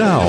Now,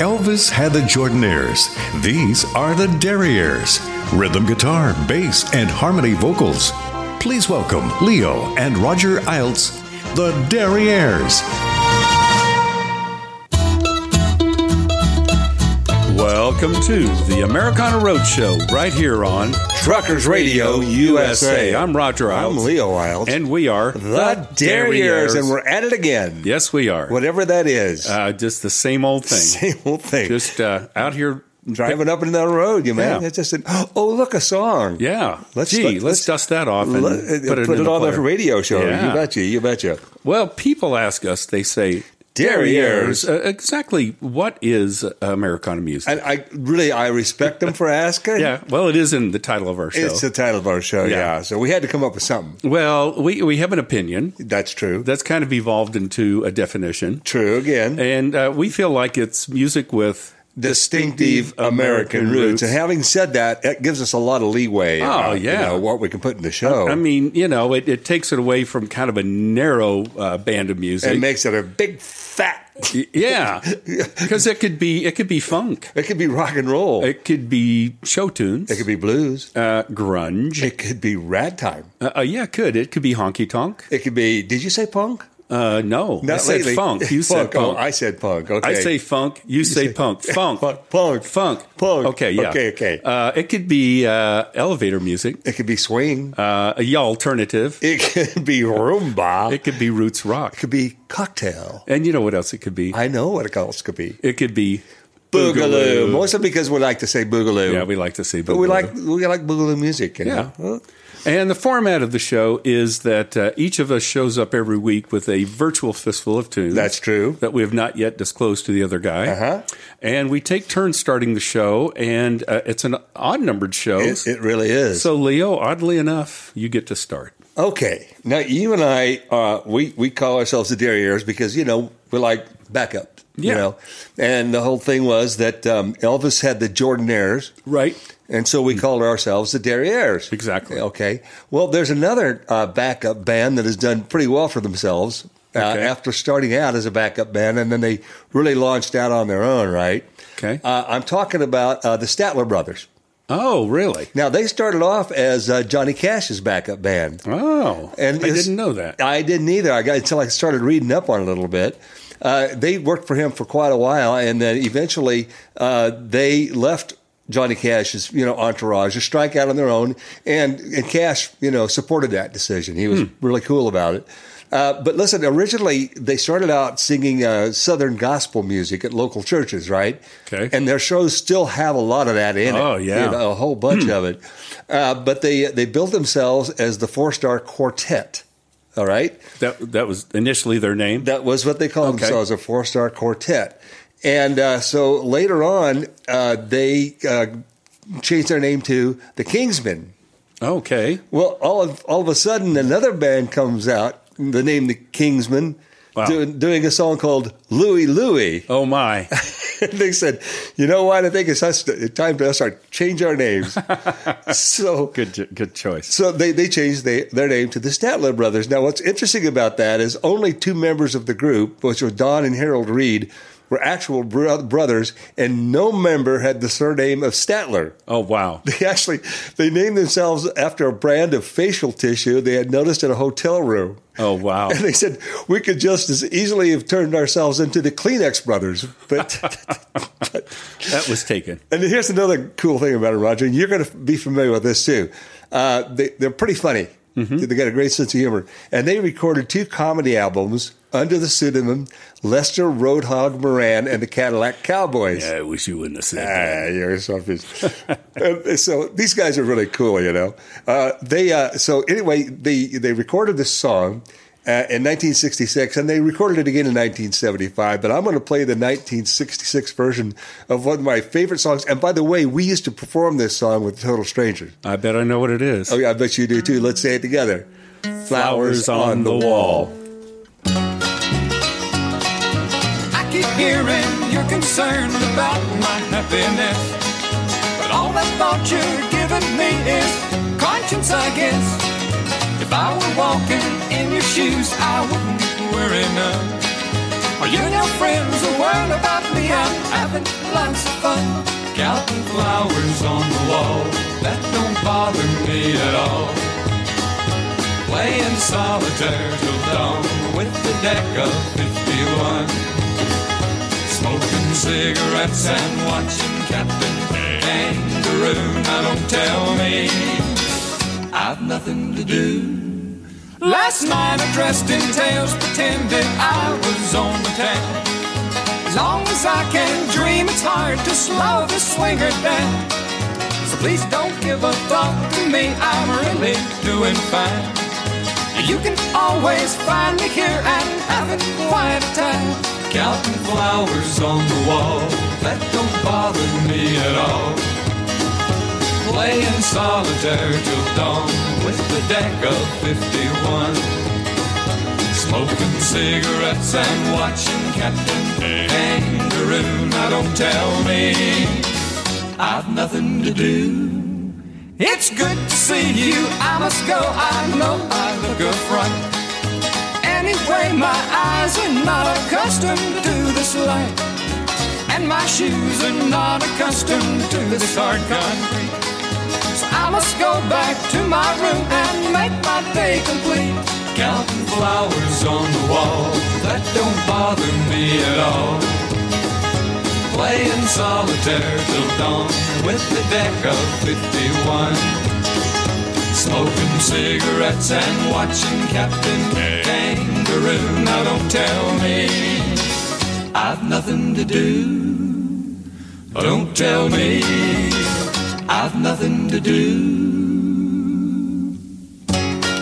Elvis had the Jordanaires. These are the Derriers. Rhythm guitar, bass, and harmony vocals. Please welcome Leo and Roger Iltz, the Derriers. Welcome to the Americana Roadshow, right here on Truckers Radio USA. I'm Roger Iles. I'm Leo Wild. And we are the Derriers, and we're at it again. yes, we are. Whatever that is. Uh, just the same old thing. Same old thing. Just uh, out here Driving up and down the road, you man. Yeah. It's just an, oh, look, a song. Yeah. Let's- Gee, let's- let's, dust that off and Let- put it, in on player. the radio show. Yeah. You betcha. You betcha. Well, people ask us. They say Derriers. Uh, exactly. What is Americana music? And I really, I respect them for asking. yeah. Well, it is in the title of our show. It's the title of our show, yeah. Yeah. So we had to come up with something. well, we we have an opinion That's true. that's kind of evolved into a definition. true again. and uh, we feel like it's music with distinctive American roots. And having said that, that gives us a lot of leeway. uh, Oh, yeah. you know, what we can put in the show. I mean, you know, it, it takes it away from kind of a narrow uh, band of music. it makes it a big fat. Y- yeah, because it could be it could be funk, It could be rock and roll. It, it could be show tunes, it could be blues. uh, grunge. It could be rad time. uh, uh, yeah, it could it could be honky tonk? It could be. Did you say punk? Uh, no, I Not said lately. funk. You said Oh, punk. I said punk. Okay. I say funk. You, say, say- punk. Funk. Funk, punk, Funk. punk. Okay. Yeah. Okay, okay. Uh, it could be uh, elevator music. It could be swing. Uh, a alternative. it could be rumba. It It could be roots rock. could be cocktail. And you know what else it could be? I know what it else could be. It could be Boogaloo. Mostly because we like to say boogaloo. Yeah, we like to see, but we like we like boogaloo music. You Yeah. Know? And the format of the show is that uh, each of us shows up every week with a virtual fistful of tunes. That's true. That we have not yet disclosed to the other guy. Uh-huh. And we take turns starting the show, and uh, it's an odd numbered show. It, it really is. so, Leo, oddly enough, you get to start. Okay. Now you and I, uh, we we call ourselves the Derriers because you know we're like backup. You Yeah. know, and the whole thing was that um, Elvis had the Jordanaires, Right. and so we called ourselves the Derriers. Exactly. Okay. Well, there's another uh, backup band that has done pretty well for themselves uh, Okay. after starting out as a backup band, and then they really launched out on their own, right? Okay. Uh, I'm talking about uh, the Statler Brothers. oh, really? Now they started off as uh, Johnny Cash's backup band. Oh. And I it's- didn't know that. I didn't either. I got until I started reading up on it a little bit. Uh, they worked for him for quite a while, and then eventually uh, they left Johnny Cash's you know entourage to strike out on their own, and and Cash you know supported that decision. He Hmm. was really cool about it. Uh, but listen, originally they started out singing uh, Southern gospel music at local churches, right? Okay. And their shows still have a lot of that in it. Oh, yeah. Hmm. You know, a whole bunch of it. Uh, but they they built themselves as the four star quartet. All right, that, that was initially their name. that was what they called Okay. themselves a four star quartet. And uh, so later on, uh, they uh, changed their name to the Kingsmen. okay. Well, all of, all of a sudden, another band comes out, the name the Kingsmen, Wow. doing, doing a song called Louie Louie. Oh, my. And they said, you know what? I think it's us, time to start change our names. so good, j- good choice. so they, they changed they, their name to the Statler Brothers. Now, what's interesting about that is only two members of the group, which were Don and Harold Reed, were actual bro- brothers, and no member had the surname of Statler. Oh, wow. They actually they named themselves after a brand of facial tissue they had noticed in a hotel room. Oh, wow. And they said we could just as easily have turned ourselves into the Kleenex brothers, but That was taken. And here's another cool thing about it, Roger. and You're going to be familiar with this too. Uh, they, they're pretty funny. Mm-hmm. They got a great sense of humor, and they recorded two comedy albums under the pseudonym Lester Roadhog Moran and the Cadillac Cowboys. I wish you wouldn't have said Ah, you're a selfish. And so these guys uh, are really cool, you know. Uh, they uh, so anyway, they they recorded this song. uh, in 1966, and they recorded it again in 1975. But I'm going to play the 1966 version of one of my favorite songs. And by the way, we used to perform this song with Total Strangers. I bet I know what it is. Oh, yeah, I bet you do too. Let's say it together. Flowers on the wall. I keep hearing you're concerned about my happiness. But all that thought you're giving me is conscience, I guess. If I were walking in your shoes, I wouldn't worry none. Are you and your friends are worried about me? I'm having lots of fun. Counting flowers on the wall, that don't bother me at all. Playing solitaire till dawn with the deck of 51 smoking cigarettes and watching Captain Kangaroo. Now don't tell me I've nothing to do. Last night I dressed in tails, pretended I was on the town. As long as I can dream, it's hard to slow the swinger down. So please don't give a thought to me, I'm really doing fine. You can always find me here and having quite a time. Counting flowers on the wall that don't bother me at all. Playing solitaire till dawn with the deck of 51. Smoking cigarettes and watching Captain Kangaroo. Now don't tell me I've nothing to do. It's good to see you. I must go. I know I look a front. Anyway, my eyes are not accustomed to this light, and my shoes are not accustomed to this hard concrete. So I must go back to my room and make my day complete. Counting flowers on the wall that don't bother me at all playing solitaire till dawn with the deck of 51. Smoking cigarettes and watching Captain Kangaroo. Now don't tell me I've nothing to do. Don't tell me I've nothing to do.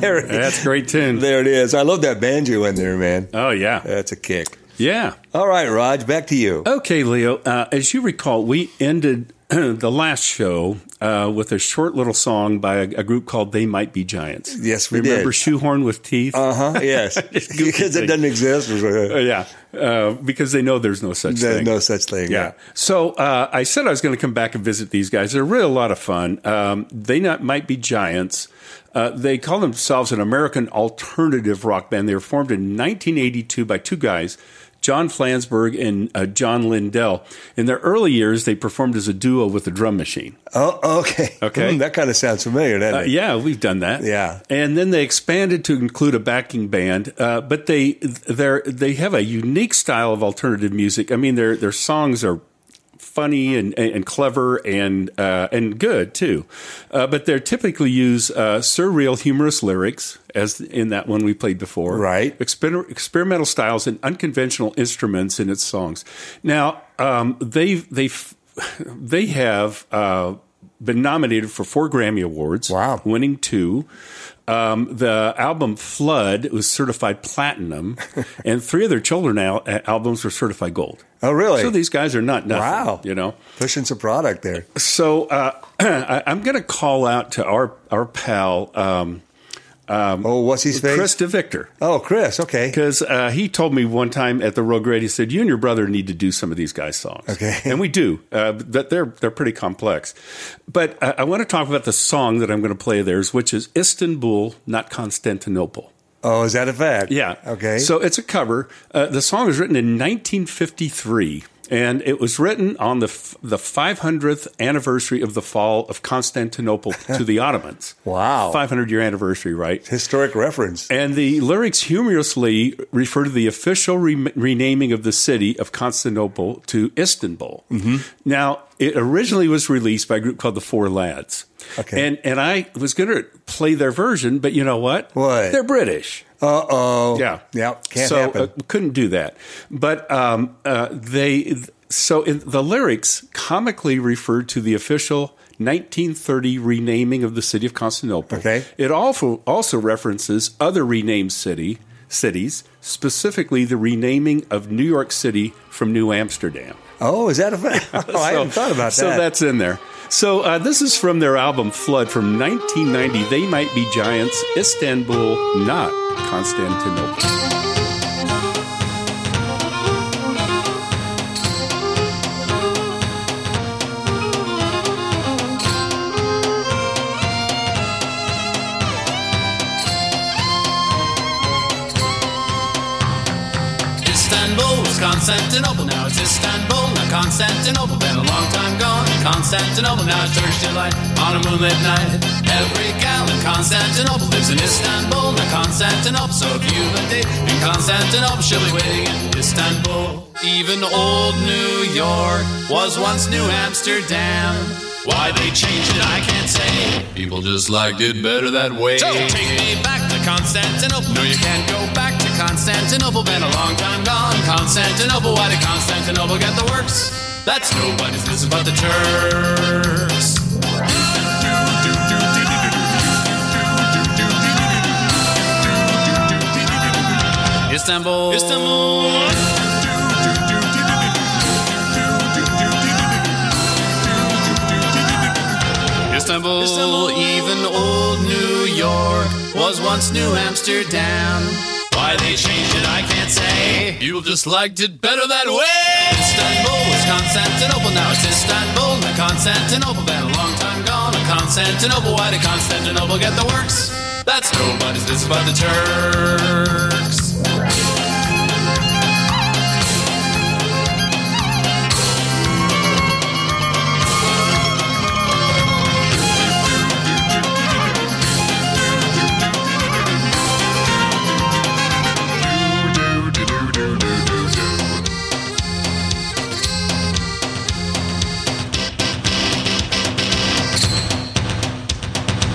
there, it- That's a great tune. there it is. I love that banjo in there, man. Oh yeah, That's a kick. yeah. All right, Raj, back to you. Okay, Leo. Uh, as you recall, we ended the last show uh, with a short little song by a, a group called They Might Be Giants. Yes, we remember did. Shoehorn with Teeth. Uh huh. Yes, Just goofy because it thing. doesn't exist. Uh, yeah, uh, because they know there's no such There's thing. no such thing. Yeah. So uh, I said I was going to come back and visit these guys. They're really a lot of fun. Um, they not, might be giants. Uh, they call themselves an American alternative rock band. They were formed in 1982 by two guys, John Flansburgh and uh, John Lindell. In their early years, they performed as a duo with the drum machine. Oh, okay. Okay. Hmm, that kind of sounds familiar, doesn't Uh, it? yeah, we've done that. Yeah. and then they expanded to include a backing band. Uh, but they they they have a unique style of alternative music. I mean, their their songs are funny and, and, and clever and uh, and good too. Uh, but they typically use uh, surreal, humorous lyrics, as in that one we played before. Right. Exper- experimental styles and unconventional instruments in its songs. Now um, they they they have. Uh, been nominated for four Grammy Awards. Wow. Winning two. Um, the album Flood was certified platinum, and three of their children al- uh, albums were certified gold. Oh, really? So these guys are not nothing. Wow. You know? Pushing some product there. So uh, I, I'm going to call out to our, our pal, um, Oh, what's his face? Chris DeVictor. Oh, Chris. Okay. Because uh, he told me one time at the Real Grade, he said, "You and your brother need to do some of these guys' songs." Okay. and we do. Uh, but they're they're pretty complex. But uh, I want to talk about the song that I'm going to play of theirs, which is Istanbul, not Constantinople. Oh, is that a fact? Yeah. Okay. So it's a cover. Uh, the song was written in 1953, and it was written on the f- the 500th anniversary of the fall of Constantinople to the Ottomans. Wow. 500 year anniversary, right? historic reference. And the lyrics humorously refer to the official re- renaming of the city of Constantinople to Istanbul. Mm-hmm. Now, it originally was released by a group called the Four Lads. Okay. And and I was going to play their version, but you know what? What? They're British. Uh oh. Yeah, Yeah. Can't so, happen. uh, couldn't do that. But um, uh, they so in the lyrics comically referred to the official 1930 renaming of the city of Constantinople. Okay. It also also references other renamed city cities, specifically the renaming of New York City from New Amsterdam. oh, is that a fact? Oh, I hadn't thought about So that. that's in there. So uh, this is from their album Flood from 1990. They might be giants, Istanbul, not Constantinople. Istanbul was Constantinople, now it's Istanbul, now Constantinople. Been a long time gone, Constantinople, now it's Turkish delight on a moonlit night. Every gal in Constantinople lives in Istanbul, now Constantinople. So if you've a date in Constantinople, she'll be waiting in Istanbul. Even old New York was once New Amsterdam. Why they changed it, I can't say. People just liked it better that way. So take me back to Constantinople. No, you can't go back to Constantinople. Been a long time gone. Constantinople, why did Constantinople get the works? That's nobody's business but the Turks. Istanbul. Istanbul. Istanbul, even old New York was once New Amsterdam. Why they changed it, I can't say. You just liked it better that way. Istanbul was Constantinople, now it's Istanbul. Now Constantinople, been a long time gone. Now Constantinople, why did Constantinople get the works? That's nobody's business but the Turks.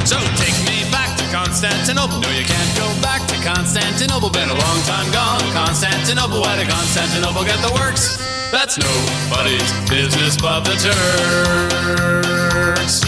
So take me back to Constantinople. No, you can't go back to Constantinople. Been a long time gone. Constantinople, why did Constantinople get the works? That's nobody's business but the Turks.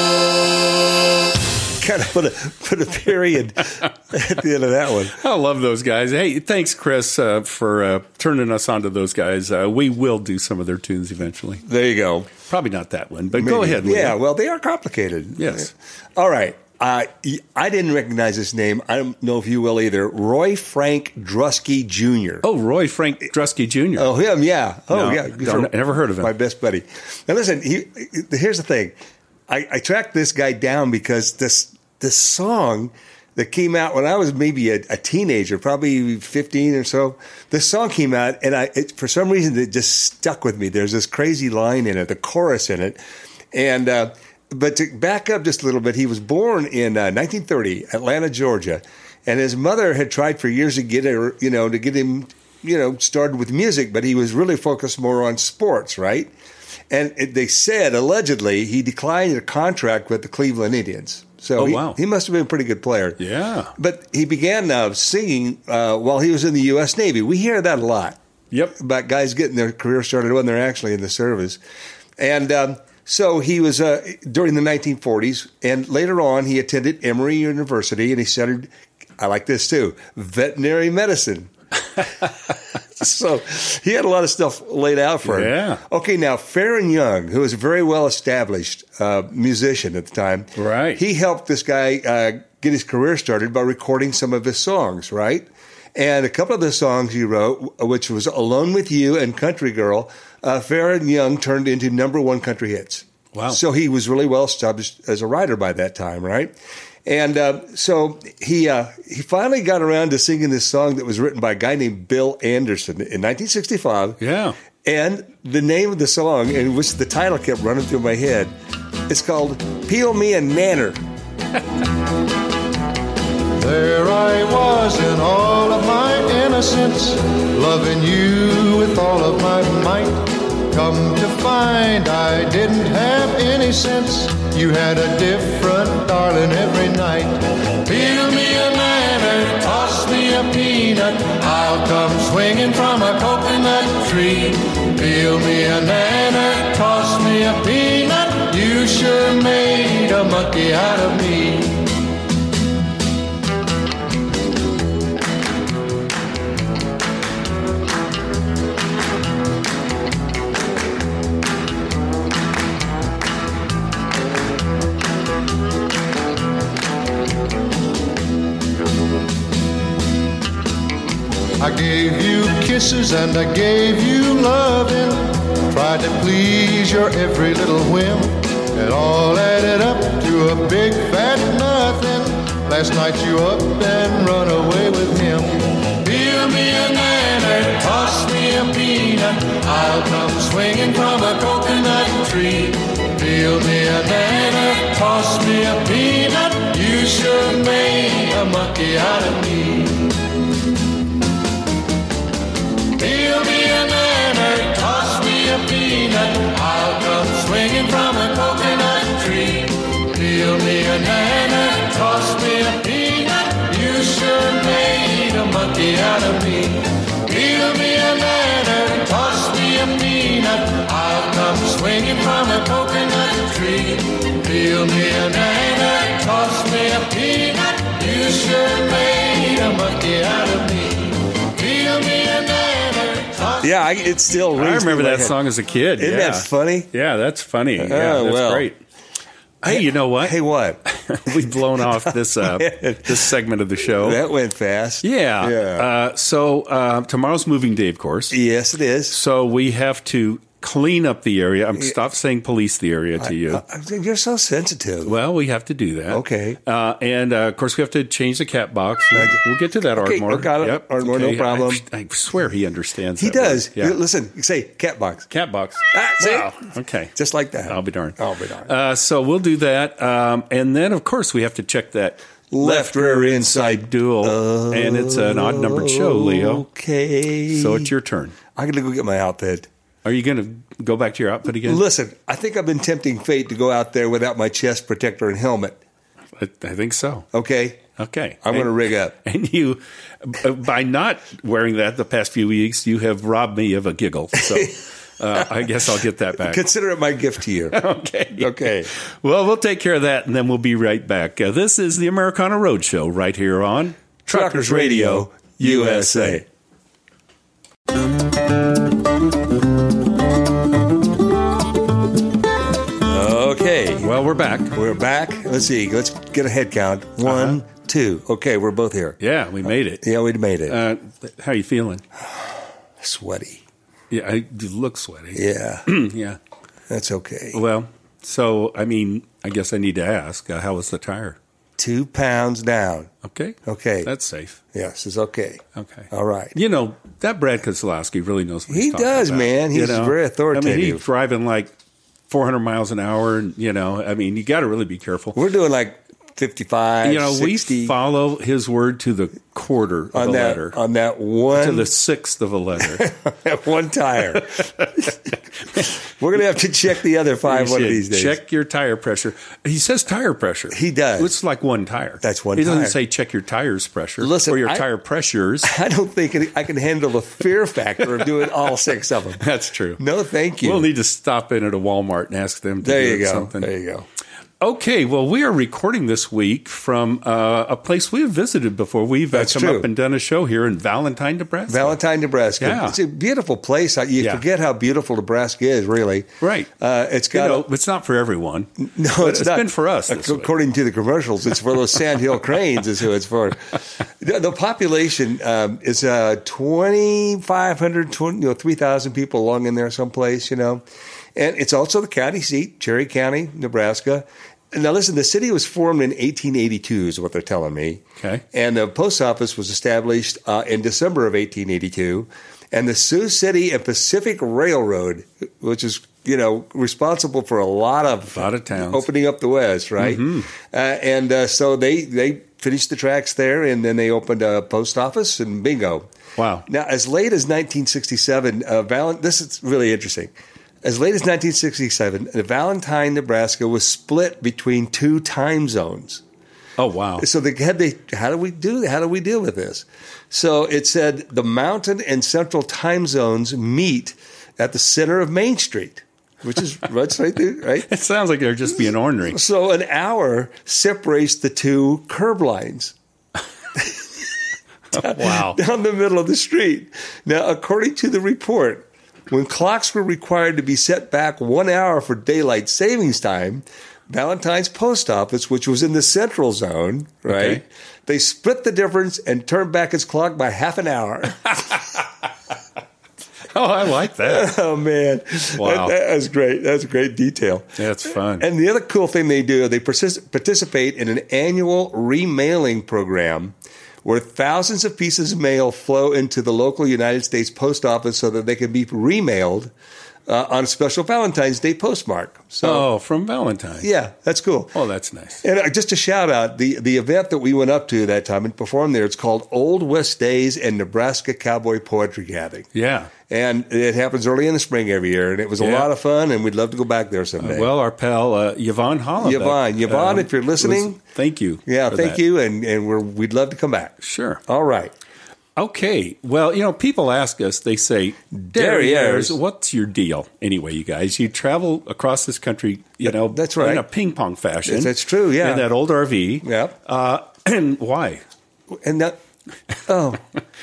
Istanbul. kind of put a put a period at the end of that one. I love those guys. Hey, thanks, Chris, uh, for uh, turning us on to those guys. Uh, we will do some of their tunes eventually. There you go. Probably not that one, but go Maybe. ahead. Lou. Yeah, well, they are complicated. Yes. All right. Uh, y- I didn't recognize this name. I don't know if you will either. Roy Frank Drusky Jr. Oh, Roy Frank Drusky Jr. Oh, him, yeah. Oh, No, yeah. don't- never heard of him. My best buddy. Now, listen, he, here's the thing. I, I tracked this guy down because this this song that came out when I was maybe a, a teenager, probably 15 or so, this song came out, and I it, for some reason it just stuck with me. There's this crazy line in it, the chorus in it, and. Uh, but to back up just a little bit, he was born in uh, 1930, Atlanta, Georgia, and his mother had tried for years to get her, you know, to get him, you know, started with music, but he was really focused more on sports, right? And it, they said allegedly he declined a contract with the Cleveland Indians. So Oh, he, wow. he must have been a pretty good player. Yeah. But he began uh, singing uh, while he was in the U.S. Navy. We hear that a lot Yep. about guys getting their career started when they're actually in the service. And um, so he was uh, during the 1940s, and later on he attended Emory University, and he studied. I like this too, veterinary medicine. so he had a lot of stuff laid out for him. Yeah. Okay, now Farron Young, who was a very well established uh, musician at the time, Right. He helped this guy uh, get his career started by recording some of his songs, right? And a couple of the songs he wrote, which was "Alone with You" and "Country Girl," uh, Farron Young turned into number one country hits. Wow. So he was really well established as a writer by that time, right? And uh, so he uh, he finally got around to singing this song that was written by a guy named Bill Anderson in 1965. Yeah. And the name of the song, and which the title kept running through my head, it's called "Peel Me a Nanner." There I was in all of my innocence, loving you with all of my might. Come to find I didn't have any sense. You had a different darling every night. Peel me a banana, toss me a peanut. I'll come swinging from a coconut tree. Peel me a banana, toss me a peanut. You sure made a monkey out of me. I gave you kisses and I gave you loving. Tried to please your every little whim. It all added up to a big fat nothing. Last night you up and run away with him. Peel me a banana, toss me a peanut. I'll come swinging from a coconut tree. Peel me a banana, toss me a peanut. You sure made a monkey out of me. Peel me an anner, toss me a peanut. I'll come swinging from a coconut tree. Peel me an anner, toss me a peanut. You sure made a monkey out of me. Peel me an anner, toss me a peanut. I'll come swinging from a coconut tree. Peel me an anner, toss me a peanut. You sure made a monkey out of me. Peel me an anner, toss Yeah, I, it's still. I rings through remember my that head. song as a kid. Isn't yeah. that funny? Uh, Yeah, that's funny. Yeah, that's well. great. Hey, you know what? Hey, what? We've blown off this uh, this segment of the show. that went fast. yeah. Yeah. Uh, so uh, tomorrow's moving day, of course. yes, it is. So we have to clean up the area. I'm stop saying police the area to you. Uh, You're so sensitive. well, we have to do that. Okay. Uh, and uh, of course, we have to change the cat box. We'll, we'll get to that, Okay, Ardmore. I got it. Ardmore, no Okay, I- problem. I, swear he understands. he that word. does. Yeah. You- Listen, you say cat box, cat box. Ah, see? Wow. Okay. just like that. I'll be darned. I'll be darned. Uh, so we'll do that, um, and then of course we have to check that Left rear inside duel, and it's an odd numbered show, Leo. Okay. So it's your turn. I'm gonna go get my outfit. Are you going to go back to your outfit again? Listen, I think I've been tempting fate to go out there without my chest protector and helmet. I, I think so. Okay, Okay, I'm going to And- rig up. And you, uh, by not wearing that the past few weeks, you have robbed me of a giggle. So uh, I guess I'll get that back. Consider it my gift to you. Okay. Okay. Well, we'll take care of that, and then we'll be right back. Uh, this is the Americana Roadshow right here on Truckers Radio USA. Okay, Well, we're back. Uh-huh. we're back. Let's see. Let's get a head count. One, two. Okay, we're both here. Yeah, we made it. Yeah, we made it. Uh, how you feeling? Sweaty. Yeah, I, you look sweaty. Yeah, yeah. that's okay. Well, so I mean, I guess I need to ask, uh, how was the tire? Two pounds down. Okay. Okay. That's safe. Yes, it's okay. Okay. All right. You know that Brad Keselowski really knows. what he's He talking does, about, man. you He's know? very I mean, authoritative. he's driving like 400 miles an hour, and you know, I mean, you got to really be careful. We're doing like 55, you know, 60 we follow his word to the quarter of on a that letter, on that to one the sixth of a letter. that one tire. We're gonna have to check the other five You one of should these days. Check your tire pressure. He says tire pressure. He does. It's like one tire. That's one He doesn't tire. say check your tires pressure Listen, or your I- tire pressures. I don't think it- I can handle the fear factor of doing all six of them. That's true. No, thank you. We'll need to stop in at a Walmart and ask them to there do you go. something. There you go. Okay, well, we are recording this week from uh, a place we have visited before. We've uh, That's come true. up and done a show here in Valentine, Nebraska. Valentine, Nebraska. Yeah. It's a beautiful place. I- You Yeah. forget how beautiful Nebraska is, really. Right. Uh, it's You got know, a- it's not for everyone. No, it's, it's not. been for us this Ac- way. according to the commercials, it's for those sandhill cranes. Is who it's for. The, the population um, is uh, 2,500, 20, you know, 3,000 people along in there someplace. You know, and it's also the county seat, Cherry County, Nebraska. Now, listen, the city was formed in 1882, is what they're telling me. Okay. And the post office was established uh, in December of 1882. And the Sioux City and Pacific Railroad, which is, you know, responsible for a lot of, A lot of towns. Mm-hmm. opening up the West, right? Uh, and uh, so they, they finished the tracks there and then they opened a post office and bingo. Wow. Now, as late as 1967, uh, Valen- this is really interesting. As late as 1967, the Valentine, Nebraska was split between two time zones. Oh, wow. So they had they how do we do how do we deal with this? So it said the mountain and central time zones meet at the center of Main Street, which is right right there, right? It sounds like they're just being ornery. So an hour separates the two curb lines Wow. down the middle of the street. Now, according to the report, when clocks were required to be set back one hour for daylight savings time, Valentine's post office, which was in the central zone, right? Okay. They split the difference and turned back its clock by half an hour. Oh, I like that. oh man, that, Wow. that was great. That's great detail. That's fun. And the other cool thing they do, they persist, participate in an annual remailing program where thousands of pieces of mail flow into the local United States post office so that they can be remailed uh, on a special Valentine's Day postmark. So, oh, from Valentine. yeah, that's cool. Oh, that's nice. And uh, just a shout out the the event that we went up to that time and performed there. It's called Old West Days and Nebraska Cowboy Poetry Gathering, Yeah. and it happens early in the spring every year. And it was a Yeah. lot of fun, and we'd love to go back there someday. Well, our pal uh, Yvonne Holland. Yvonne, Yvonne, if you're listening, Um, thank you. Yeah, for thank that. you, and and we're, we'd love to come back. Sure. All right. Okay. Well, you know, people ask us, they say, Derriers, Derriers. what's your deal? Anyway, you guys, you travel across this country, you know, That's right. in a ping pong fashion. That's- that's true, yeah. In that old RV. Yep. Uh, and why? And that, oh,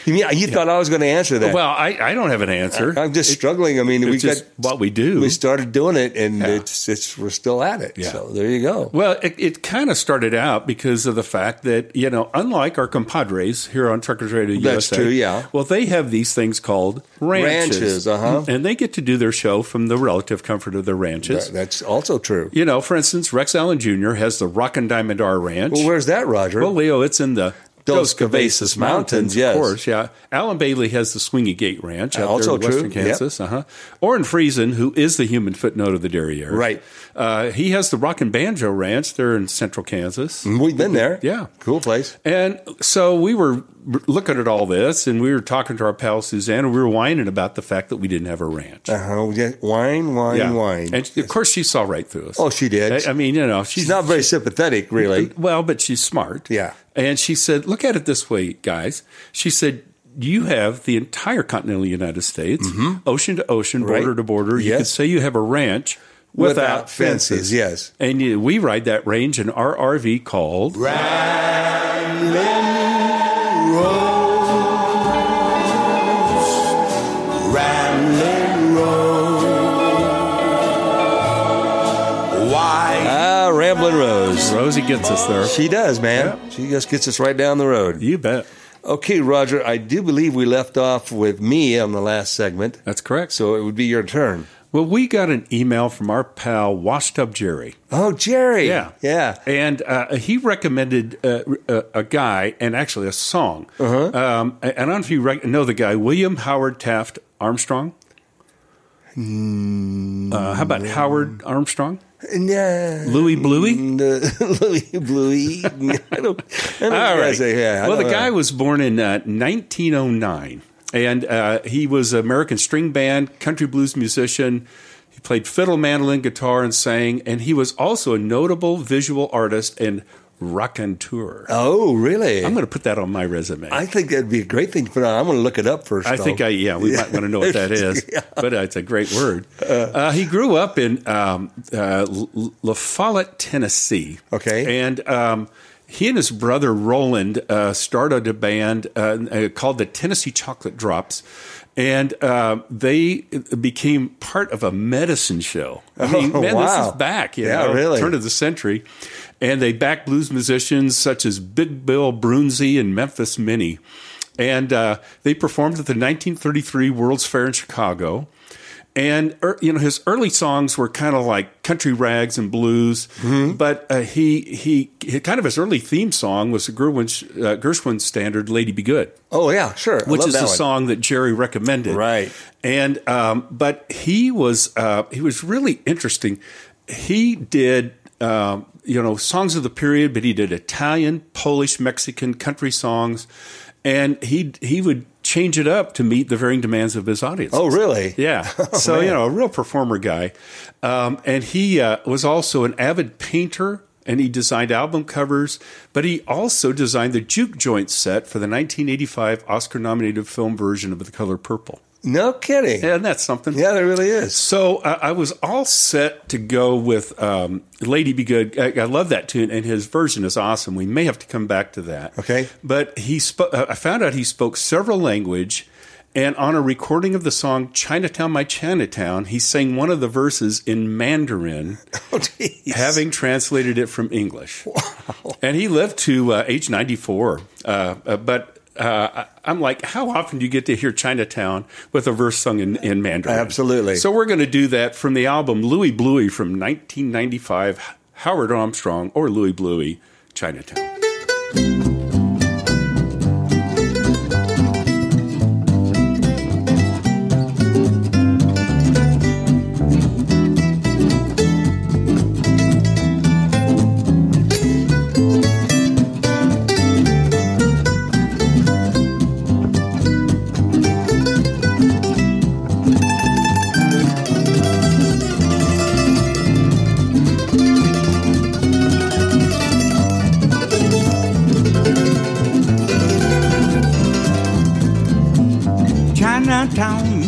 you mean you thought I was going to answer that? Well, I, I don't have an answer. I'm just struggling. I mean, we it's just got what we do. we started doing it, and Yeah. it's it's we're still at it. Yeah. So there you go. Well, it, it kind of started out because of the fact that, you know, unlike our compadres here on Truckers Radio That's USA. true, yeah. Well, they have these things called ranches. Mm, Ranches, uh-huh. And they get to do their show from the relative comfort of their ranches. That- that's also true. you know, for instance, Rex Allen Jr. has the Rock and Diamond R Ranch. Well, where's that, Roger? Well, Leo, it's in the Dos Cabezas Mountains, yes. of course. Yeah, Alan Bailey has the Swingy Gate Ranch out Also there in Western true, yep. Kansas. Uh huh. Orrin Friesen, who is the human footnote of the Derriere, Right. Uh, he has the Rock and Banjo Ranch there in Central Kansas. Mm, We've been there. Yeah. cool place. And so we were r- looking at all this, and we were talking to our pal Suzanne, and we were whining about the fact that we didn't have a ranch. Uh huh. Yeah. Wine, wine, wine. And of course, she saw right through us. Oh, she did. I, I mean, you know, she's, She's not very sympathetic, really. well, but she's smart. Yeah. And she said, look at it this way, guys. She said, you have the entire continental United States, ocean to ocean, Mm-hmm. Right. border to border. You could Yes. say you have a ranch without, fences. Yes. And you, we ride that range in our RV called. Why? Ah, Ramblin' Rose. Rosie gets us there. She does, man. She just gets us right down the road. You bet. Okay, Roger, I do believe we left off with me on the last segment, That's correct. so it would be your turn. well, we got an email from our pal, Washed Up Jerry. Oh, Jerry. Yeah. Yeah. And uh, he recommended uh, a, a guy and actually a song. Uh-huh. Um, and I don't know if you rec- know the guy, William Howard Taft Armstrong. Mm, Uh, how about Howard Armstrong? Yeah. Louis Bluey? The- Mm, Louis Bluey. E. I don't, I don't All right. Say, yeah, I well, the don't guy know. was born in uh, 1909, and uh, he was an American string band, country blues musician. He played fiddle, mandolin, guitar, and sang, and he was also a notable visual artist and raconteur. Oh, really? I'm going to put that on my resume. I think that'd be a great thing to put on. I'm going to look it up first. I though. think I yeah we might want to know what that is, Yeah. but uh, it's a great word. Uh, he grew up in um, uh, L- La Follette, Tennessee. Okay. and um, he and his brother Roland uh, started a band uh, uh, called the Tennessee Chocolate Drops, and uh, they became part of a medicine show. I mean, Oh, man, this wow. is back, you Yeah, know, really. turn of the century, and they backed blues musicians such as Big Bill Brunsey and Memphis Minnie. And uh, they performed at the 1933 World's Fair in Chicago. And er, you know his early songs were kind of like country rags and blues, Mm-hmm. but uh, he, he he- kind of his early theme song was the Gershwin, uh, Gershwin standard "Lady Be Good." Oh, yeah, sure. I which love is that the one. song that Jerry recommended, Right. And um, but he was uh, he was really interesting. He did um, you know songs of the period, but he did Italian, Polish, Mexican country songs, and he he would change it up to meet the varying demands of his audience. Oh, really? Yeah. so, you know, a real performer guy. Um, and he uh, was also an avid painter and he designed album covers, but he also designed the juke joint set for the 1985 Oscar nominated film version of The Color Purple. No kidding. And that's something. Yeah, there really is. So uh, I was all set to go with um, "Lady Be Good." I, I love that tune, and his version is awesome. We may have to come back to that. Okay. but he spoke. I found out he spoke several language, and on a recording of the song "Chinatown My Chinatown," he sang one of the verses in Mandarin, Oh, geez. having translated it from English. And he lived to uh, age ninety four. Uh, uh, but uh, I- I'm like, how often do you get to hear Chinatown with a verse sung in, in Mandarin? Absolutely. So we're going to do that from the album Louis Bluey from 1995, Howard Armstrong or Louis Bluey, Chinatown. Chinatown,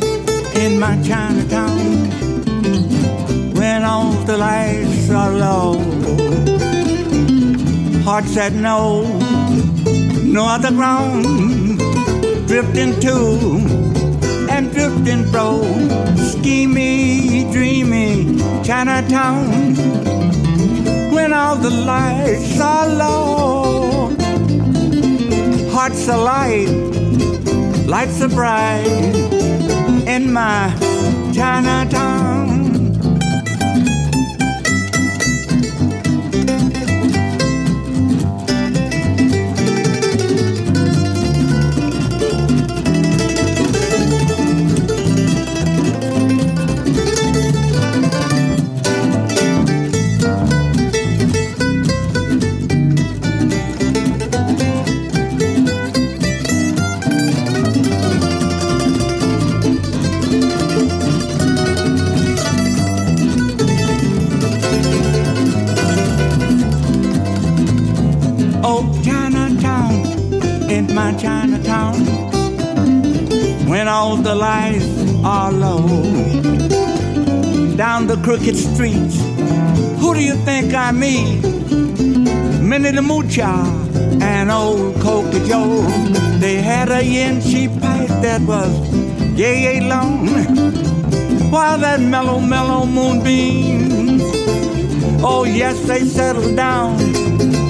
in my Chinatown, when all the lights are low. Heart said no, no other ground, drifting to and drifting bro, schemy, dreamy Chinatown, when all the lights are low. Hearts alight, lights are bright in my Chinatown. Oh, Chinatown, in my Chinatown, when all the lights are low. Down the crooked streets, who do you think I meet? Minnie the Moocha and old Coca Joe. They had a yen sheep pipe that was yay, yay long, while that mellow, mellow moonbeam. Oh, yes, they settled down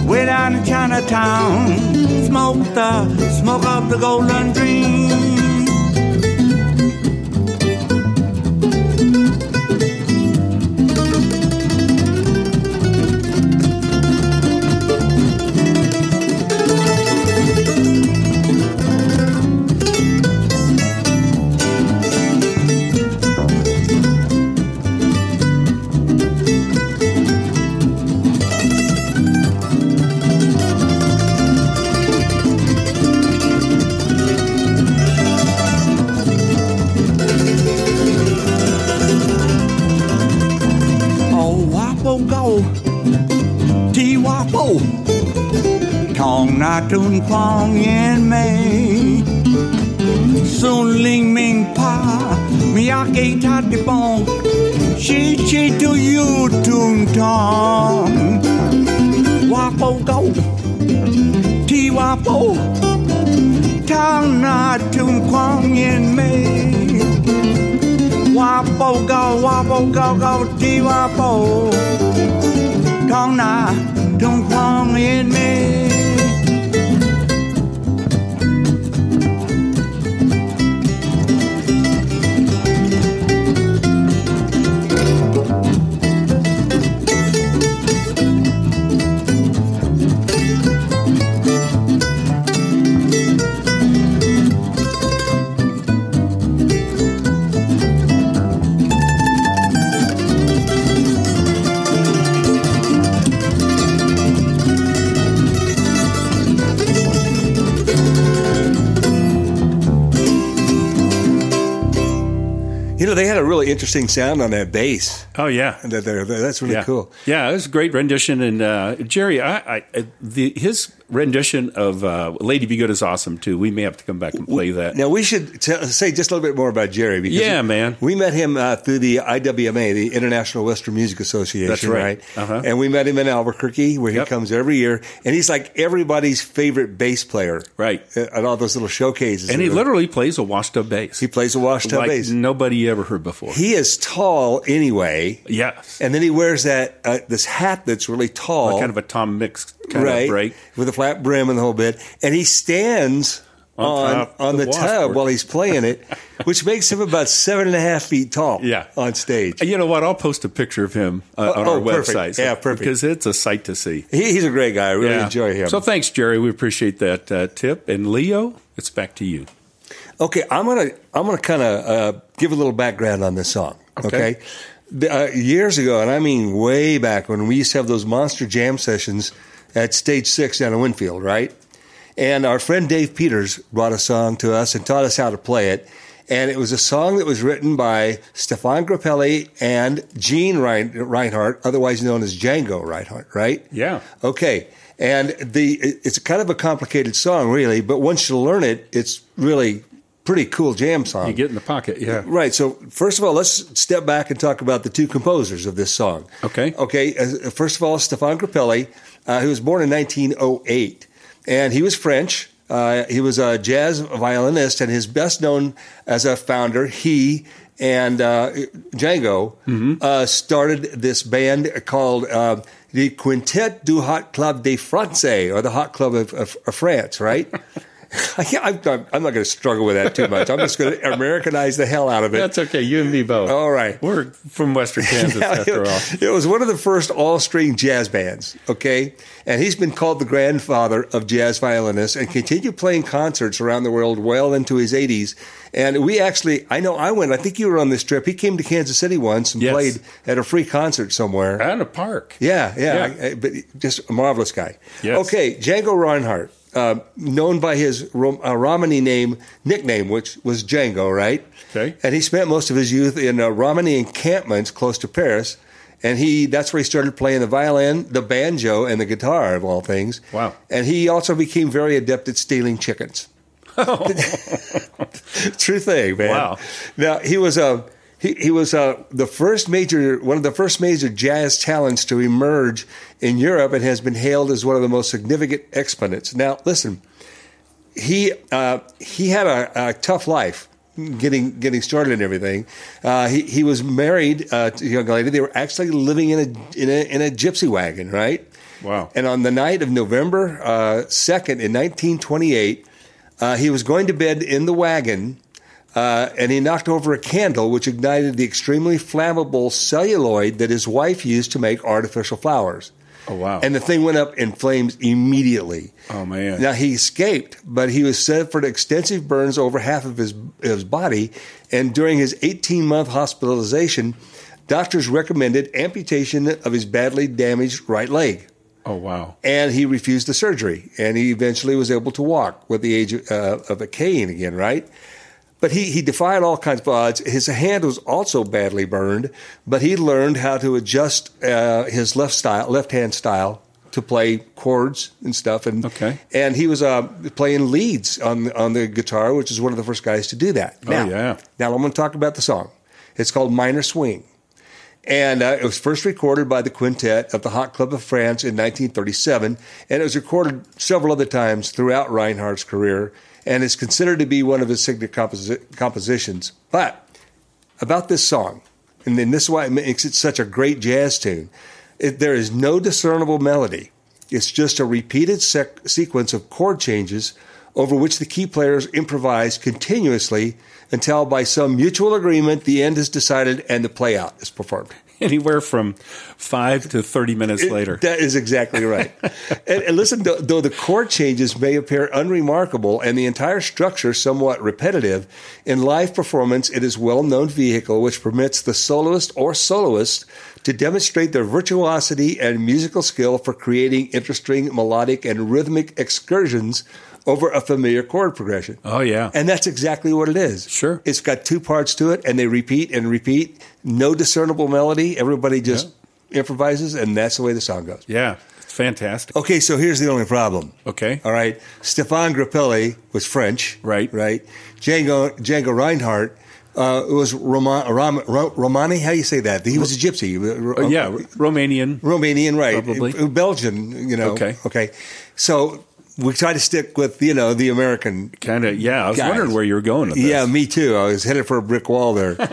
way down in Chinatown. Smoke the smoke of the golden dream. Oh, wapo go, ti wapo, tong na tun kwang yen mei. Soon ling ming pa, miyake ta de bong, chi chi to you tun tong. Wapo go, ti wapo, tong na tun kwang yen mei. Wapo go, wapo go, go, dee wapo. Don't na, don't come in me. they had a really interesting sound on that bass. Oh yeah, That they're, that's really yeah. cool. Yeah, it was a great rendition. And uh, Jerry, I, I, I- the, his rendition of uh, "Lady Be Good" is awesome too. We may have to come back and play that. Now we should t- say just a little bit more about Jerry. Because Yeah, man. We met him uh, through the IWMA, the International Western Music Association. That's right. Uh-huh. And we met him in Albuquerque, where Yep. he comes every year, and he's like everybody's favorite bass player, uh, Right. At, at all those little showcases, and he They're- literally plays a washed-up bass. he plays a washed up like uh, bass. nobody you ever heard before. He is tall anyway, yes, and then he wears that uh, this hat that's really tall, kind of a Tom Mix kind right, of break. with a flat brim and the whole bit, and he stands On on on, top of the, the tub washboard. while he's playing it, which makes him about seven and a half feet tall. Yeah. on stage, You know what? I'll post a picture of him uh, Oh, on our oh, perfect. website. Yeah, perfect. Because it's a sight to see. he, he's a great guy. I really Yeah. enjoy him. So thanks, Jerry. We appreciate that uh, tip. And Leo, it's back to you. Okay, I'm gonna I'm gonna kind of uh, give a little background on this song. Okay. Okay, The, uh, years ago, and I mean way back when we used to have those monster jam sessions at Stage Six down in Winfield, right? And our friend Dave Peters brought a song to us and taught us how to play it. And it was a song that was written by Stefan Grappelli and Gene Rein- Reinhardt, otherwise known as Django Reinhardt, right? Yeah. Okay. And the it- it's kind of a complicated song, really, but once you learn it, it's really pretty cool jam song. You get in the pocket. Yeah. Right. So first of all, let's step back and talk about the two composers of this song. Okay. Okay. uh, First of all, Stefan Grappelli, uh, who was born in 1908, and he was French. Uh, he was a jazz violinist, and his best known as a founder. He and uh, Django Mm-hmm. uh, started this band called uh, the Quintet du Hot Club de France, or the Hot Club of, of, of France, right? I can't, I'm, not- I'm not going to struggle with that too much. I'm just going to Americanize the hell out of it. That's okay. You and me both. All right. We're from Western Kansas after all. it, was one of the first all-string jazz bands. Okay, and he's been called the grandfather of jazz violinists, and continued playing concerts around the world well into his 80s. And we actually, I know, I went. I think you were on this trip. He came to Kansas City once and Yes. played at a free concert somewhere. At a park. Yeah, yeah, I- Yeah. I- eh, but just a marvelous guy. Yes. Okay, Django Reinhardt, uh, known by his Rom- uh, Romani name nickname, which was Django, right? Okay. And he spent most of his youth in uh, Romani encampments close to Paris, and he that's where he started playing the violin, the banjo, and the guitar of all things. Wow. And he also became very adept at stealing chickens. True thing, man. Wow. Now he was a he, he was uh the first major one of the first major jazz talents to emerge in Europe and has been hailed as one of the most significant exponents. Now listen, he uh, he had a, a tough life getting getting started and everything. Uh, he he was married uh, to a young lady. They were actually living in a in a, in a gypsy wagon, right? Wow. And on the night of November uh, second in 1928, uh, he was going to bed in the wagon. Uh, and he knocked over a candle, which ignited the extremely flammable celluloid that his wife used to make artificial flowers. Oh, wow. And the thing went up in flames immediately. Oh, man. Now he escaped, but he was suffered extensive burns over half of his his body, and during his 18 month hospitalization, doctors recommended amputation of his badly damaged right leg, oh, wow. and he refused the surgery, and he eventually was able to walk with the age of, uh, of a cane again, right? But he, he defied all kinds of odds. His hand was also badly burned, but he learned how to adjust uh, his left style, left hand style, to play chords and stuff. And Okay. and he was uh, playing leads on on the guitar, which is one of the first guys to do that. Oh, yeah. Now I'm going to talk about the song. It's called Minor Swing. And uh, it was first recorded by the quintet of the Hot Club of France in 1937, and it was recorded several other times throughout Reinhardt's career, and is considered to be one of his signature composi- compositions. But about this song, and then this is why it makes it such a great jazz tune. It, there is no discernible melody. It's just a repeated sec- sequence of chord changes over which the key players improvise continuously until, by some mutual agreement, the end is decided and the playout is performed. Anywhere from five to 30 minutes later. That is exactly right. and, and listen, though, though the chord changes may appear unremarkable and the entire structure somewhat repetitive, in live performance it is well known vehicle which permits the soloist or soloist to demonstrate their virtuosity and musical skill for creating interesting melodic and rhythmic excursions over a familiar chord progression. Oh, yeah. And that's exactly what it is. Sure. It's got two parts to it, and they repeat and repeat. No discernible melody. Everybody just improvises, and that's the way the song goes. yeah. It's fantastic. Okay, so here's the only problem. Okay. All right. Stefan Grappelli was French. Right. Right. Django, Django Reinhardt uh, was Roman, Rom, Ro- Romani. How do you say that? He was a gypsy. Uh, yeah. Romanian. Romanian, right. Probably. Uh, Belgian, you know. Okay. Okay. So we try to stick with, you know, the American Kind of. Yeah. I was Guys. wondering where you were going with this. yeah, me too. I was headed for a brick wall there. but,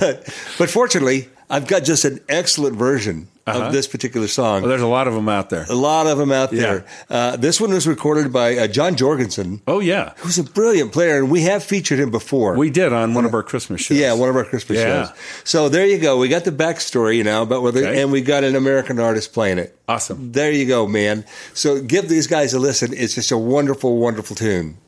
but, but fortunately, I've got just an excellent version Uh-huh. of this particular song. Well, there's a lot of them out there. a lot of them out Yeah. there. Uh, this one was recorded by uh, John Jorgensen, Oh, yeah. who's a brilliant player, and we have featured him before. Uh, We did on one of our Christmas shows. yeah, one of our Christmas Yeah. shows. So there you go. We got the backstory, you know, about whether, Okay. and we got an American artist playing it. Awesome. There you go, man. So give these guys a listen. It's just a wonderful, wonderful tune.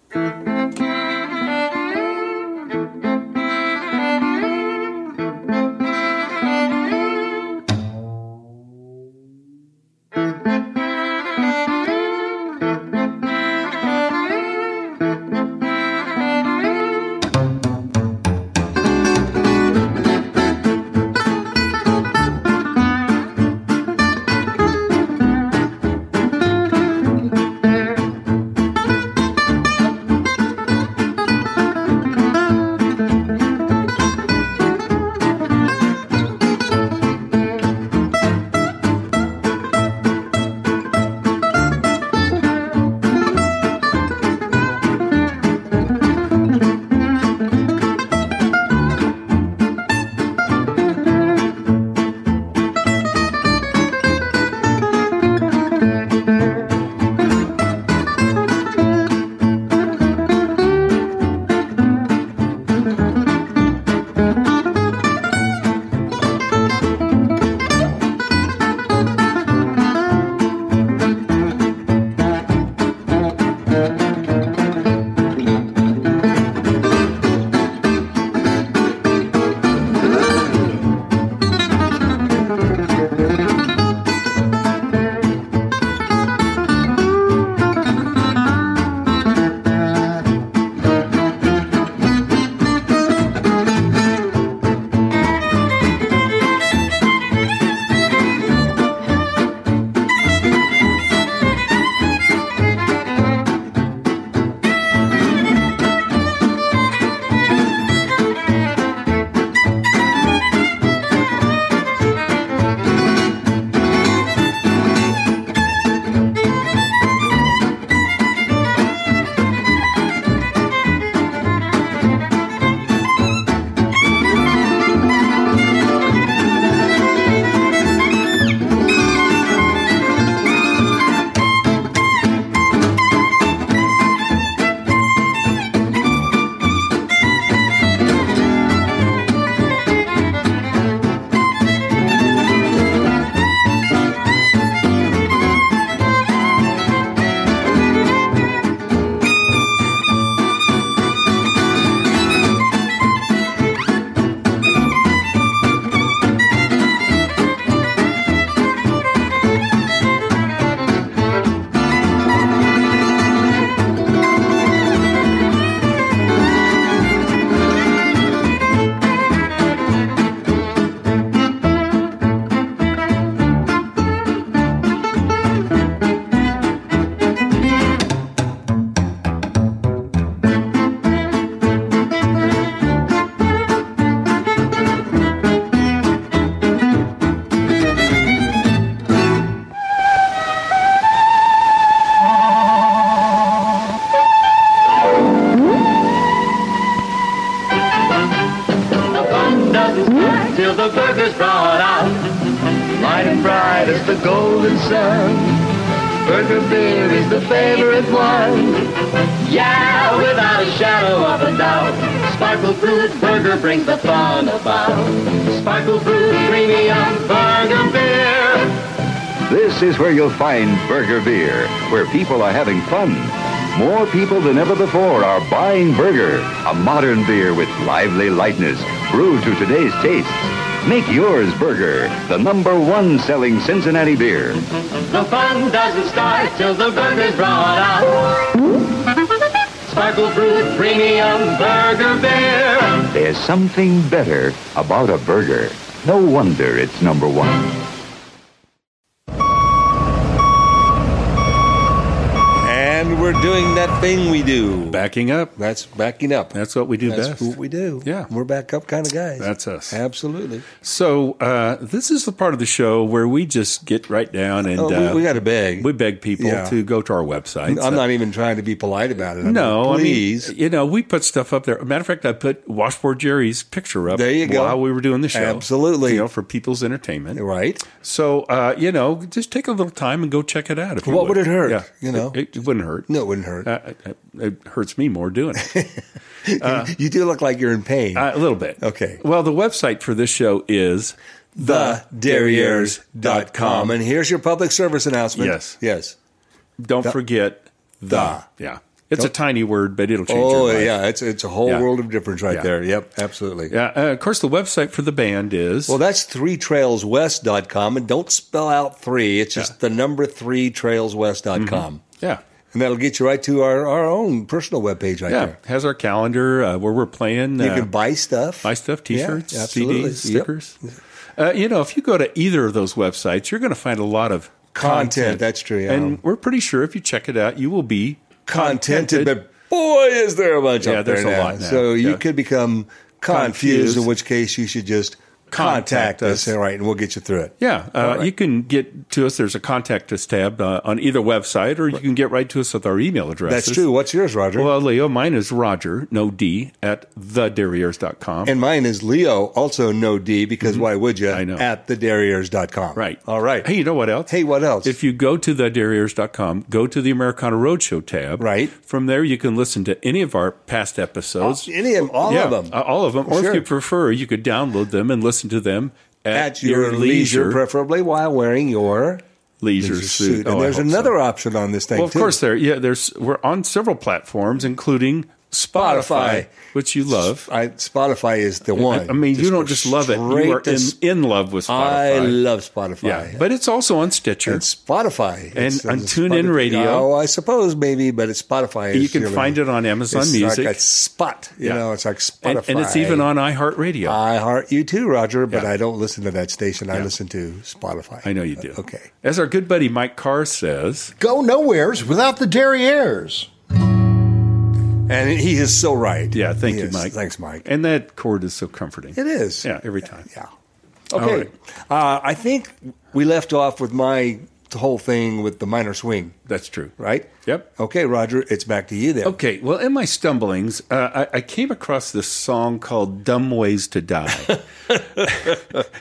The fun doesn't stop till the burger's brought out. Light and bright as the golden sun. Burger beer is the favorite one. Yeah, without a shadow of a doubt. Sparkle Fruit Burger brings the fun about. Sparkle Fruit Premium Burger Beer. This is where you'll find Burger Beer, where people are having fun. More people than ever before are buying Burger, a modern beer with lively lightness, brewed to today's tastes. Make yours Burger, the number one selling Cincinnati beer. The fun doesn't start till the burger's brought out. Sparkle Fruit Premium Burger Beer. There's something better about a burger. No wonder it's number one. And we're doing that thing we do. Backing up. That's backing up. That's what we do That's best. what we do. Yeah. We're back up kind of guys. That's us. Absolutely. So uh, this is the part of the show where we just get right down and Oh, we- uh, we gotta beg. We beg people Yeah. to go to our Uh, website. I'm not even trying to be polite about it. I'm No, like, please. I mean, you know, we put stuff up there. Matter of fact, I put Washboard Jerry's picture up. There you go. While we were doing the show, Absolutely. you know, for people's entertainment. right. So, uh, you know, just take a little time and go check it out. If you What would it hurt, Yeah, you know? it, it wouldn't hurt. No, it wouldn't hurt. Uh, it, it hurts me more doing it. you do look like you're in pain. Uh, a little bit. Okay. Well, the website for this show is TheDerriers.com. And here's your public service announcement. Yes. Yes. Don't forget The. Yeah. It's a tiny word, but it'll change Oh, your life. yeah. It's, it's a whole Yeah. world of difference right Yeah. there. Yep. Absolutely. Yeah. Uh, of course, the website for the band is. Well, that's three trailswest.com. And don't spell out three, it's just the number three trailswest.com. com, Mm-hmm. yeah. And that'll get you right to our, our own personal webpage right Yeah. there. Has our calendar uh, where we're playing. You uh, can buy stuff. buy stuff, T-shirts, Yeah, absolutely. CDs, stickers. Uh, you know, if you go to either of those websites, you're going to find a lot of Content, that's true, yeah. And we're pretty sure if you check it out, you will be Contented, but boy, is there a bunch Yeah, up there there's a now. lot now. So Yeah. you could become confused, Confused. in which case you should just Contact contact, us. us. All right, and we'll get you through it. Yeah, uh, All right. you can get to us. There's a contact us tab uh, on either website, or you can get right to us with our email address. That's true. What's yours, Roger? Well, Leo, mine is Roger, no D, at thederriers.com. and mine is Leo, also no D, because why would you? Mm-hmm. I know. At thederriers.com. Right. All right. Hey, you know what else? Hey, what else? If you go to thederriers.com, go to the Americana Roadshow tab. Right. From there, you can listen to any of our past episodes. any of them, all yeah, of them. uh, all of them. Or if Sure. you prefer, you could download them and listen to them at, At your, leisure, preferably while wearing your leisure leisure suit. suit. Oh, and I there's hope so. another option on this thing, Well, of too. course, there. Yeah, there's. We're on several platforms, including Spotify, Spotify. which you love. I, Spotify is the one. I, I mean, you Just don't go just love it; straight you are to in, s- in love with Spotify. I love Spotify. yeah, but it's also on Stitcher. and Spotify And It's- on it's TuneIn Spotify. Radio. Oh, I suppose maybe, but it's Spotify. You is can really- find it on Amazon it's Music. Like a spot, you Yeah. know, it's like Spotify, and, and it's even on iHeartRadio. I heart you too, Roger, but Yeah. I don't listen to that station. I listen to Spotify. I know you do. Okay, As our good buddy Mike Carr says, Go nowheres without the derrieres. and he is so right. "Yeah, thank He you, is. Mike. Thanks, Mike. And that chord is so comforting. It is. Yeah, every time. Yeah. All Okay. right. Uh, I think we left off with my whole thing with the minor swing, That's true. right? Yep. Okay, Roger, it's back to you then. Okay, well, in my stumblings, uh, I, I came across this song called Dumb Ways to Die. and,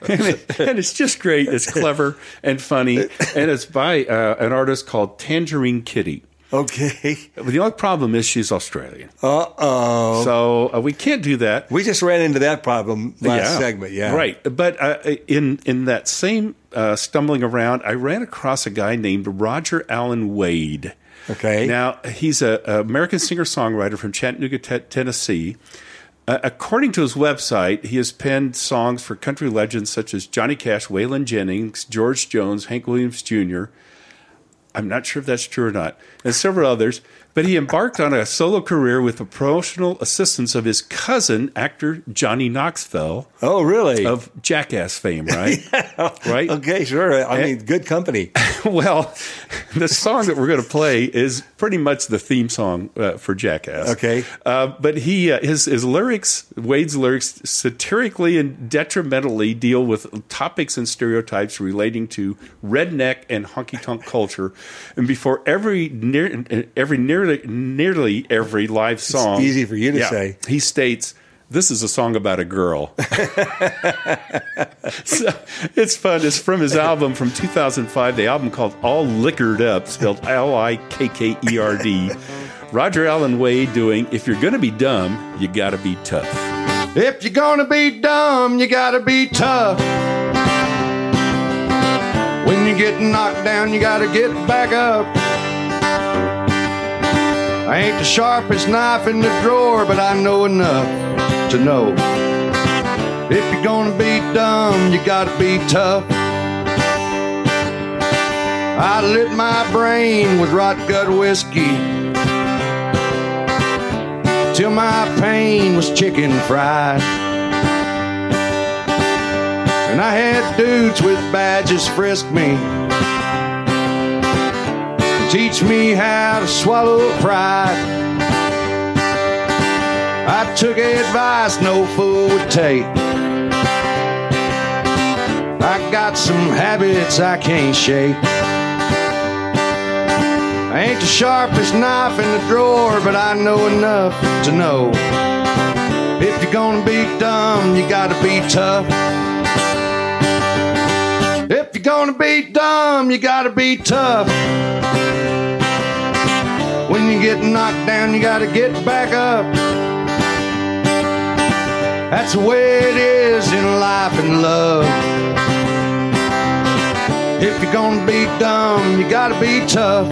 it- and it's just great. It's clever and funny. And it's by uh, an artist called Tangerine Kitty. Okay. But the only problem is she's Australian. Uh oh. So uh, we can't do that. We just ran into that problem last segment. Yeah. Right. But uh, in, in that same uh, stumbling around, I ran across a guy named Roger Allen Wade. Okay. Now, he's an American singer songwriter from Chattanooga, T- Tennessee. Uh, according to his website, he has penned songs for country legends such as Johnny Cash, Waylon Jennings, George Jones, Hank Williams Jr. I'm not sure if that's true or not, and several others. But he embarked on a solo career with the promotional assistance of his cousin, actor Johnny Knoxville oh, really? of Jackass fame, right? Right? Okay, sure. I Eh. mean, good company. Well, the song that we're going to play is pretty much the theme song uh, for Jackass. Okay. uh, but he uh, his his lyrics, Wade's lyrics, satirically and detrimentally deal with topics and stereotypes relating to redneck and honky tonk culture. And before every near, every nearly nearly every live song, easy for you to say. He states. This is a song about a girl. So, it's fun. It's from his album from 2005. The album called All Liquored Up, spelled L I K K E R D. Roger Allen Wade doing If You're Gonna Be Dumb, You Gotta Be Tough. If you're gonna be dumb, you gotta be tough. When you get knocked down, you gotta get back up. I ain't the sharpest knife in the drawer, but I know enough to know If you're gonna be dumb, you gotta be tough. I lit my brain with rot gut whiskey till my pain was chicken fried. And I had dudes with badges frisk me, teach me how to swallow pride. I took advice no fool would take. I got some habits I can't shake. I ain't the sharpest knife in the drawer, but I know enough to know. If you're gonna be dumb, you gotta be tough. If you're gonna be dumb, you gotta be tough. When you get knocked down, you gotta get back up. That's the way it is in life and love. If you're gonna be dumb, you gotta be tough.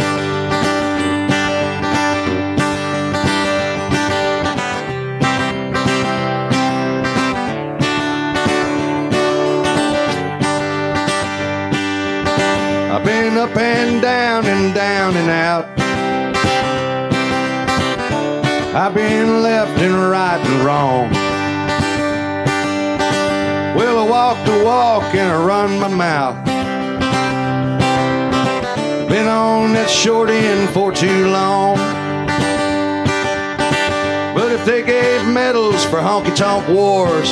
I've been up and down and down and out. I've been left and right and wrong. Well, I walk the walk and I run my mouth. Been on that short end for too long. But if they gave medals for honky tonk wars,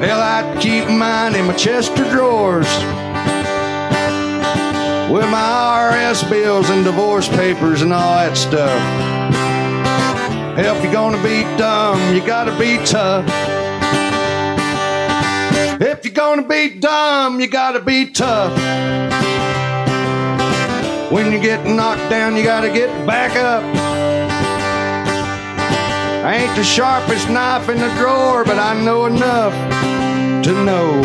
hell, I'd keep mine in my chest of drawers with my IRS bills and divorce papers and all that stuff. Hell, if you're gonna be dumb, you gotta be tough. If you're gonna be dumb, you gotta be tough. When you get knocked down, you gotta get back up. I ain't the sharpest knife in the drawer, but I know enough to know.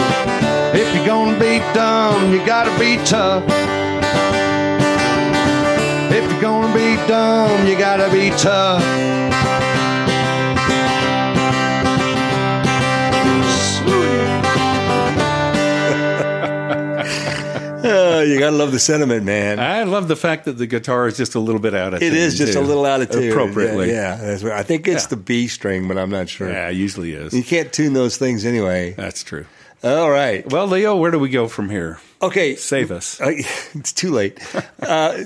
If you're gonna be dumb, you gotta be tough. If you're gonna be dumb, you gotta be tough. Oh, you gotta love the sentiment, man. I love the fact that the guitar is just a little bit out of It tune, is just too. a little out of tune. appropriately. Yeah, yeah, that's right. I think it's Yeah. the B string, but I'm not sure. Yeah, it usually is. You can't tune those things anyway. That's true. All right. Well, Leo, where do we go from here? Okay. Save us. I, it's too late. Uh,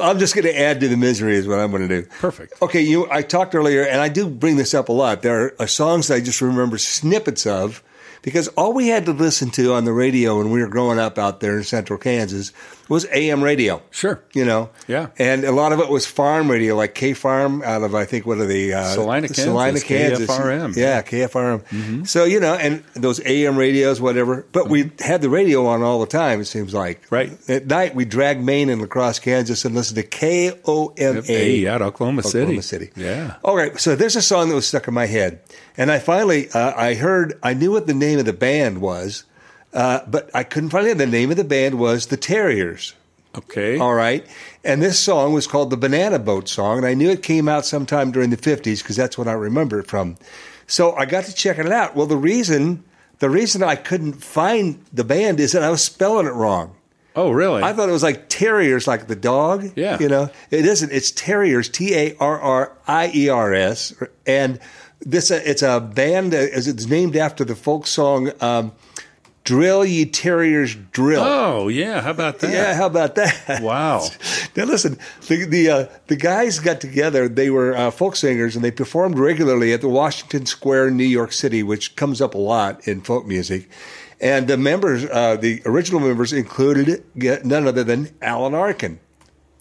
I'm just going to add to the misery is what I'm going to do. Perfect. Okay, you. I talked earlier, and I do bring this up a lot. There are songs that I just remember snippets of because all we had to listen to on the radio when we were growing up out there in Central Kansas was AM radio. Sure. You know. Yeah. And a lot of it was farm radio, like K Farm out of I think what are the uh, Salina, Kansas, Salina, Kansas. KFRM. Yeah, KFRM. Mm-hmm. So you know, and those AM radios, whatever. But we had the radio on all the time. It seems like Right. at night we dragged Maine and Lacrosse, Kansas, and listened to KOMA. Hey, out of Oklahoma, Oklahoma City. City. Yeah. All right, so there's a song that was stuck in my head, and I finally uh, I heard I knew what the name of the band was, uh, but I couldn't find it. The name of the band was the Terriers. Okay. All right, and this song was called the Banana Boat Song, and I knew it came out sometime during the '50s because that's when I remember it from. So I got to check it out. Well, the reason the reason I couldn't find the band is that I was spelling it wrong. Oh, really? I thought it was like terriers, like the dog. Yeah. You know, it isn't. It's terriers, T A R R I E R S, and this uh, it's a band. Uh, is- it's named after the folk song um, "Drill Ye Terriers Drill." oh, yeah. How about that? Yeah, how about that? Wow. Now listen, the the, uh, the guys got together. They were uh, folk singers, and they performed regularly at the Washington Square in New York City, which comes up a lot in folk music. And the members, uh, the original members, included uh, none other than Alan Arkin.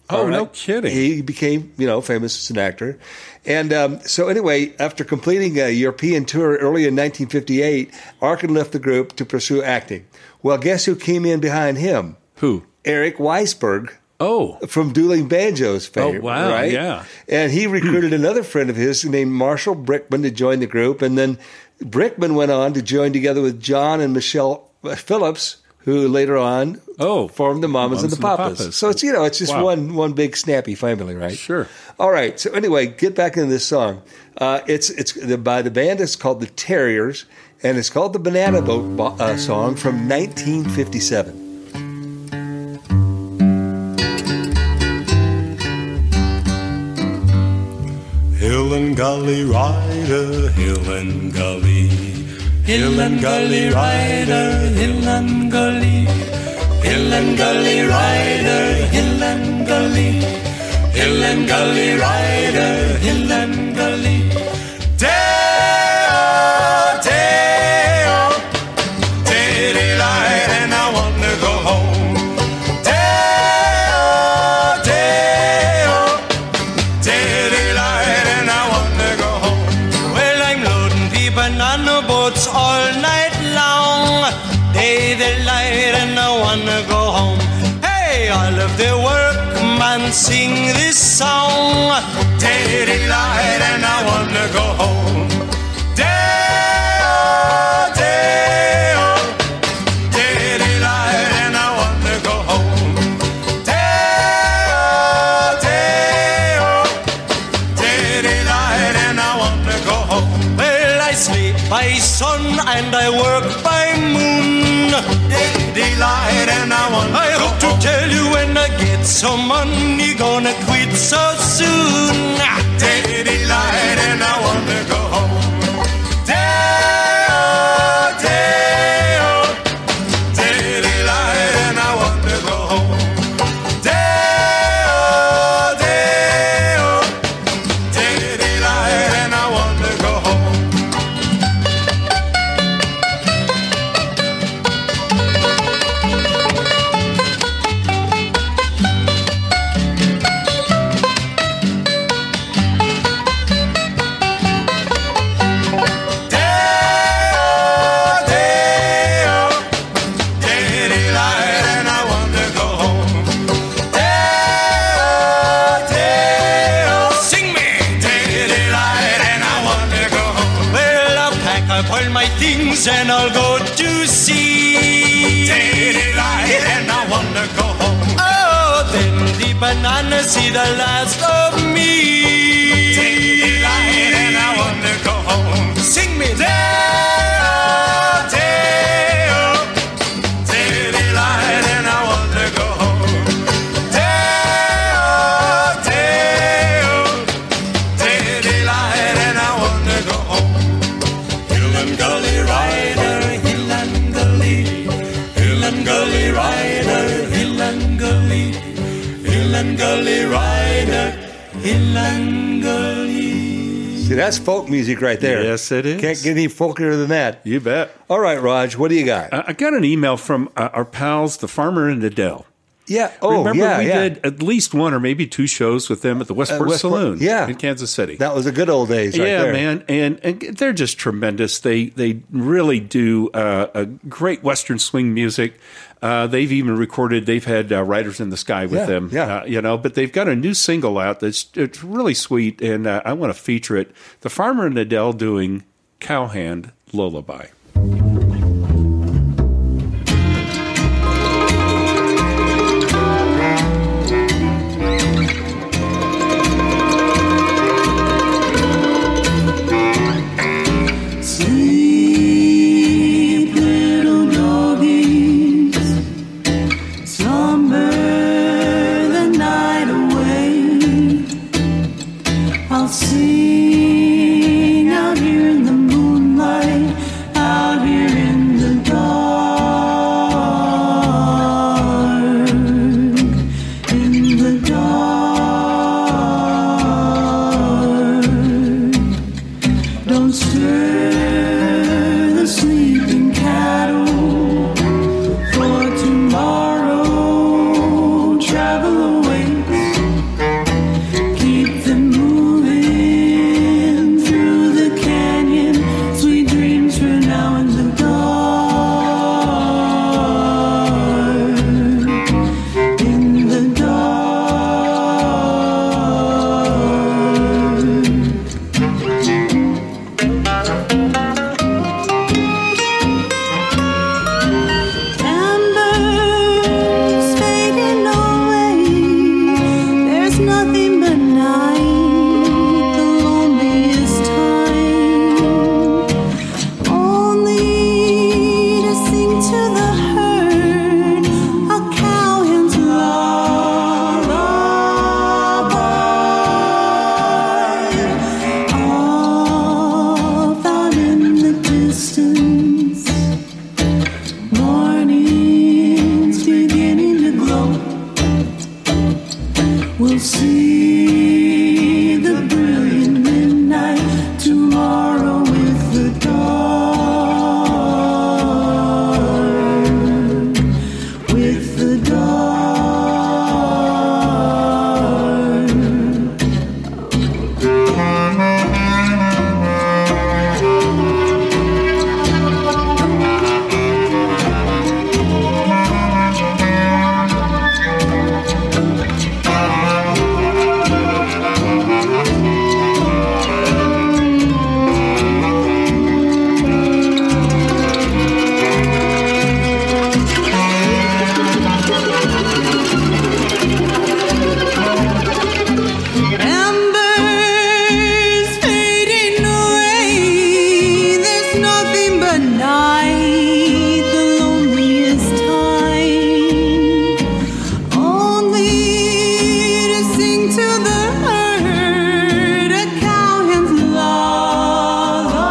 Oh, All no right. kidding. He became, you know, famous as an actor. And um, so, anyway, after completing a European tour early in 1958, Arkin left the group to pursue acting. Well, guess who came in behind him? Who? Eric Weisberg Oh, from Dueling Banjos fame. Oh, wow, Right? yeah. Hmm. And he recruited another friend of his named Marshall Brickman to join the group. And then Brickman went on to join together with John and Michelle uh, Phillips, who later on oh formed the Mamas, Mamas and the and the Papas. Papas. So it's you know it's just Wow. one one big snappy family, right? Sure. All right. So anyway, get back into this song. Uh, it's it's the, by the band. It's called the Terriers, and it's called the Banana Boat Bo- uh, song from 1957. Hill and gully rider, hill and gully. Hill and gully rider, hill and gully. Hill and gully rider, hill and gully. Hill and gully rider, hill and gully. Dale, Dale, daylight, and I want to go home. Dale, Dale. Teddy light and I wanna go home. Well, I'm loading people on the boats all night long. Teddy light and I wanna go home. Hey, all of the workmen sing this song. Teddy light and I wanna go home. Dale, Dale, Teddy light and I wanna go home. Dale, Dale. Diddy light and I wanna go home. Well, I sleep by sun and I work by moon. Diddy light and I wanna I hope to tell you when I get some money, gonna quit so soon. Diddy light and I wanna go home. Dale, Dale, Diddy light and I wanna go home. Dale, Dale. Diddy light and I want to go home. Dale, Dale, Diddy light and I want to go home. Dale, Dale, sing me. Diddy light and I want to go home. Well, I'll pack up all my things and I'll go to sea. Diddy light and I want to go home. Oh, then the banana see the last of me. Diddy light and I want to go home. Sing me. Dale, Dale, Diddy light and I want to go home. Dale, Dale, Diddy light and I want to go home. Hill and Gully Rider, Hill and Gully, Hill and Gully Rider, Hill and Gully, Hill and Gully Rider, Hill and Gully. See, that's folk music right there. Yes, it is. Can't get any folkier than that. You bet. All right, Raj, what do you got? I I got an email from uh, our pals, the farmer and Adele. Yeah. Oh, Remember yeah, we yeah. did at least one or maybe two shows with them at the Westport Westport- Saloon yeah. in Kansas City. That was the good old days, right yeah, there. man, and, and they're just tremendous. They they really do uh, a great Western swing music. Uh, they've even recorded. They've had uh, Riders in the Sky with Yeah, them. yeah. uh, you know. But they've got a new single out that's it's really sweet, and uh, I want to feature it. The Farmer and Adele doing Cowhand Lullaby. Sleep, little doggies. Slumber the night away. I'll sing out here in the moonlight. How see the brilliant midnight tomorrow with the dawn. With the dawn. Embers fading away. There's nothing but night, the loneliest time. Only to sing to the herd a cowhand's lullaby.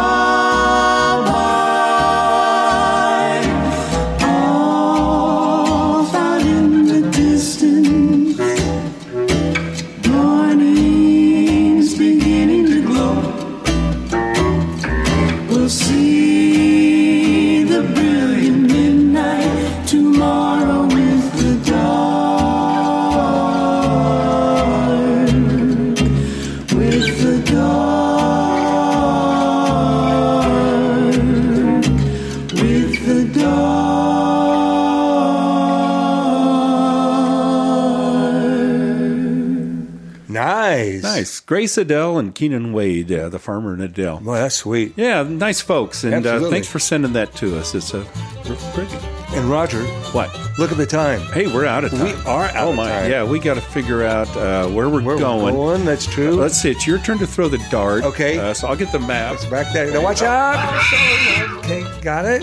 Off out in the distance, morning's beginning to glow. We'll see the brilliant midnight tomorrow with the dawn. With the dawn. With the dawn. Nice. Nice. Grace Adele and Keenan Wade, uh, the farmer and Adele. Well, that's sweet. Yeah, nice folks. And uh, Absolutely. thanks for sending that to us. It's a pretty. And Roger, what? Look at the time. Hey, we're out of time. We are out oh of my, time. Yeah, we got to figure out uh, where we're going. Uh, going, that's true. let's see. It's your turn to throw the dart. Okay. Uh, so I'll get the map. It's back there. Now watch out. Okay, got it.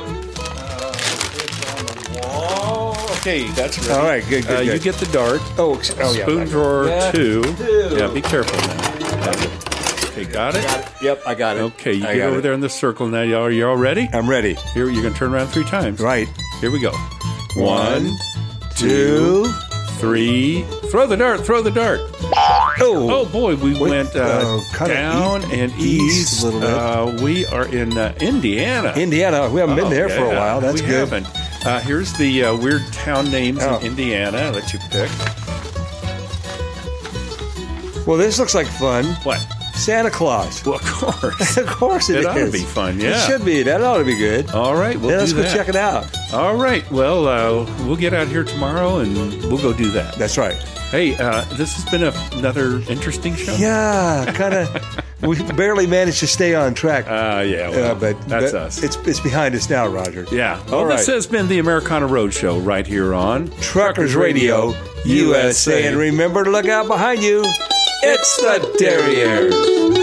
Okay, that's ready. All right, good, good, Uh, You good. get the dart. Oh, ex- oh, yeah, Spoon right. drawer Yeah, two. two. Yeah, be careful now. That's it. Okay, got it? Yep, I got it. Okay, you I get got over it. there in the circle now. Y'all, you all ready? I'm ready. Here, you're going to turn around three times. Right. Here we go. One, One, two, three. Throw the dart, throw the dart. Oh, boy, we went uh, uh, kinda down east- and east east. a little bit. Uh, we are in uh, Indiana. Indiana. We haven't been Oh, there for a yeah, while. That's we good. haven't. Uh, here's the uh, weird town names Oh. in Indiana. I'll Let you pick. Well, this looks like fun. What? Santa Claus. Well, of course. of course it, It ought to is. be fun, yeah. It should be. That ought to be good. All right, we'll yeah, let's do go that. check it out. All right. Well, uh, we'll get out here tomorrow and we'll go do that. That's right. Hey, uh, this has been a, another interesting show. Yeah, kind of. we barely managed to stay on track. Uh, yeah. Well, Uh, but that's but us. It's it's behind us now, Roger. Yeah. Well, All right. this has been the Americana Road Show right here on Truckers Radio USA, and remember to look out behind you. It's the Derriere.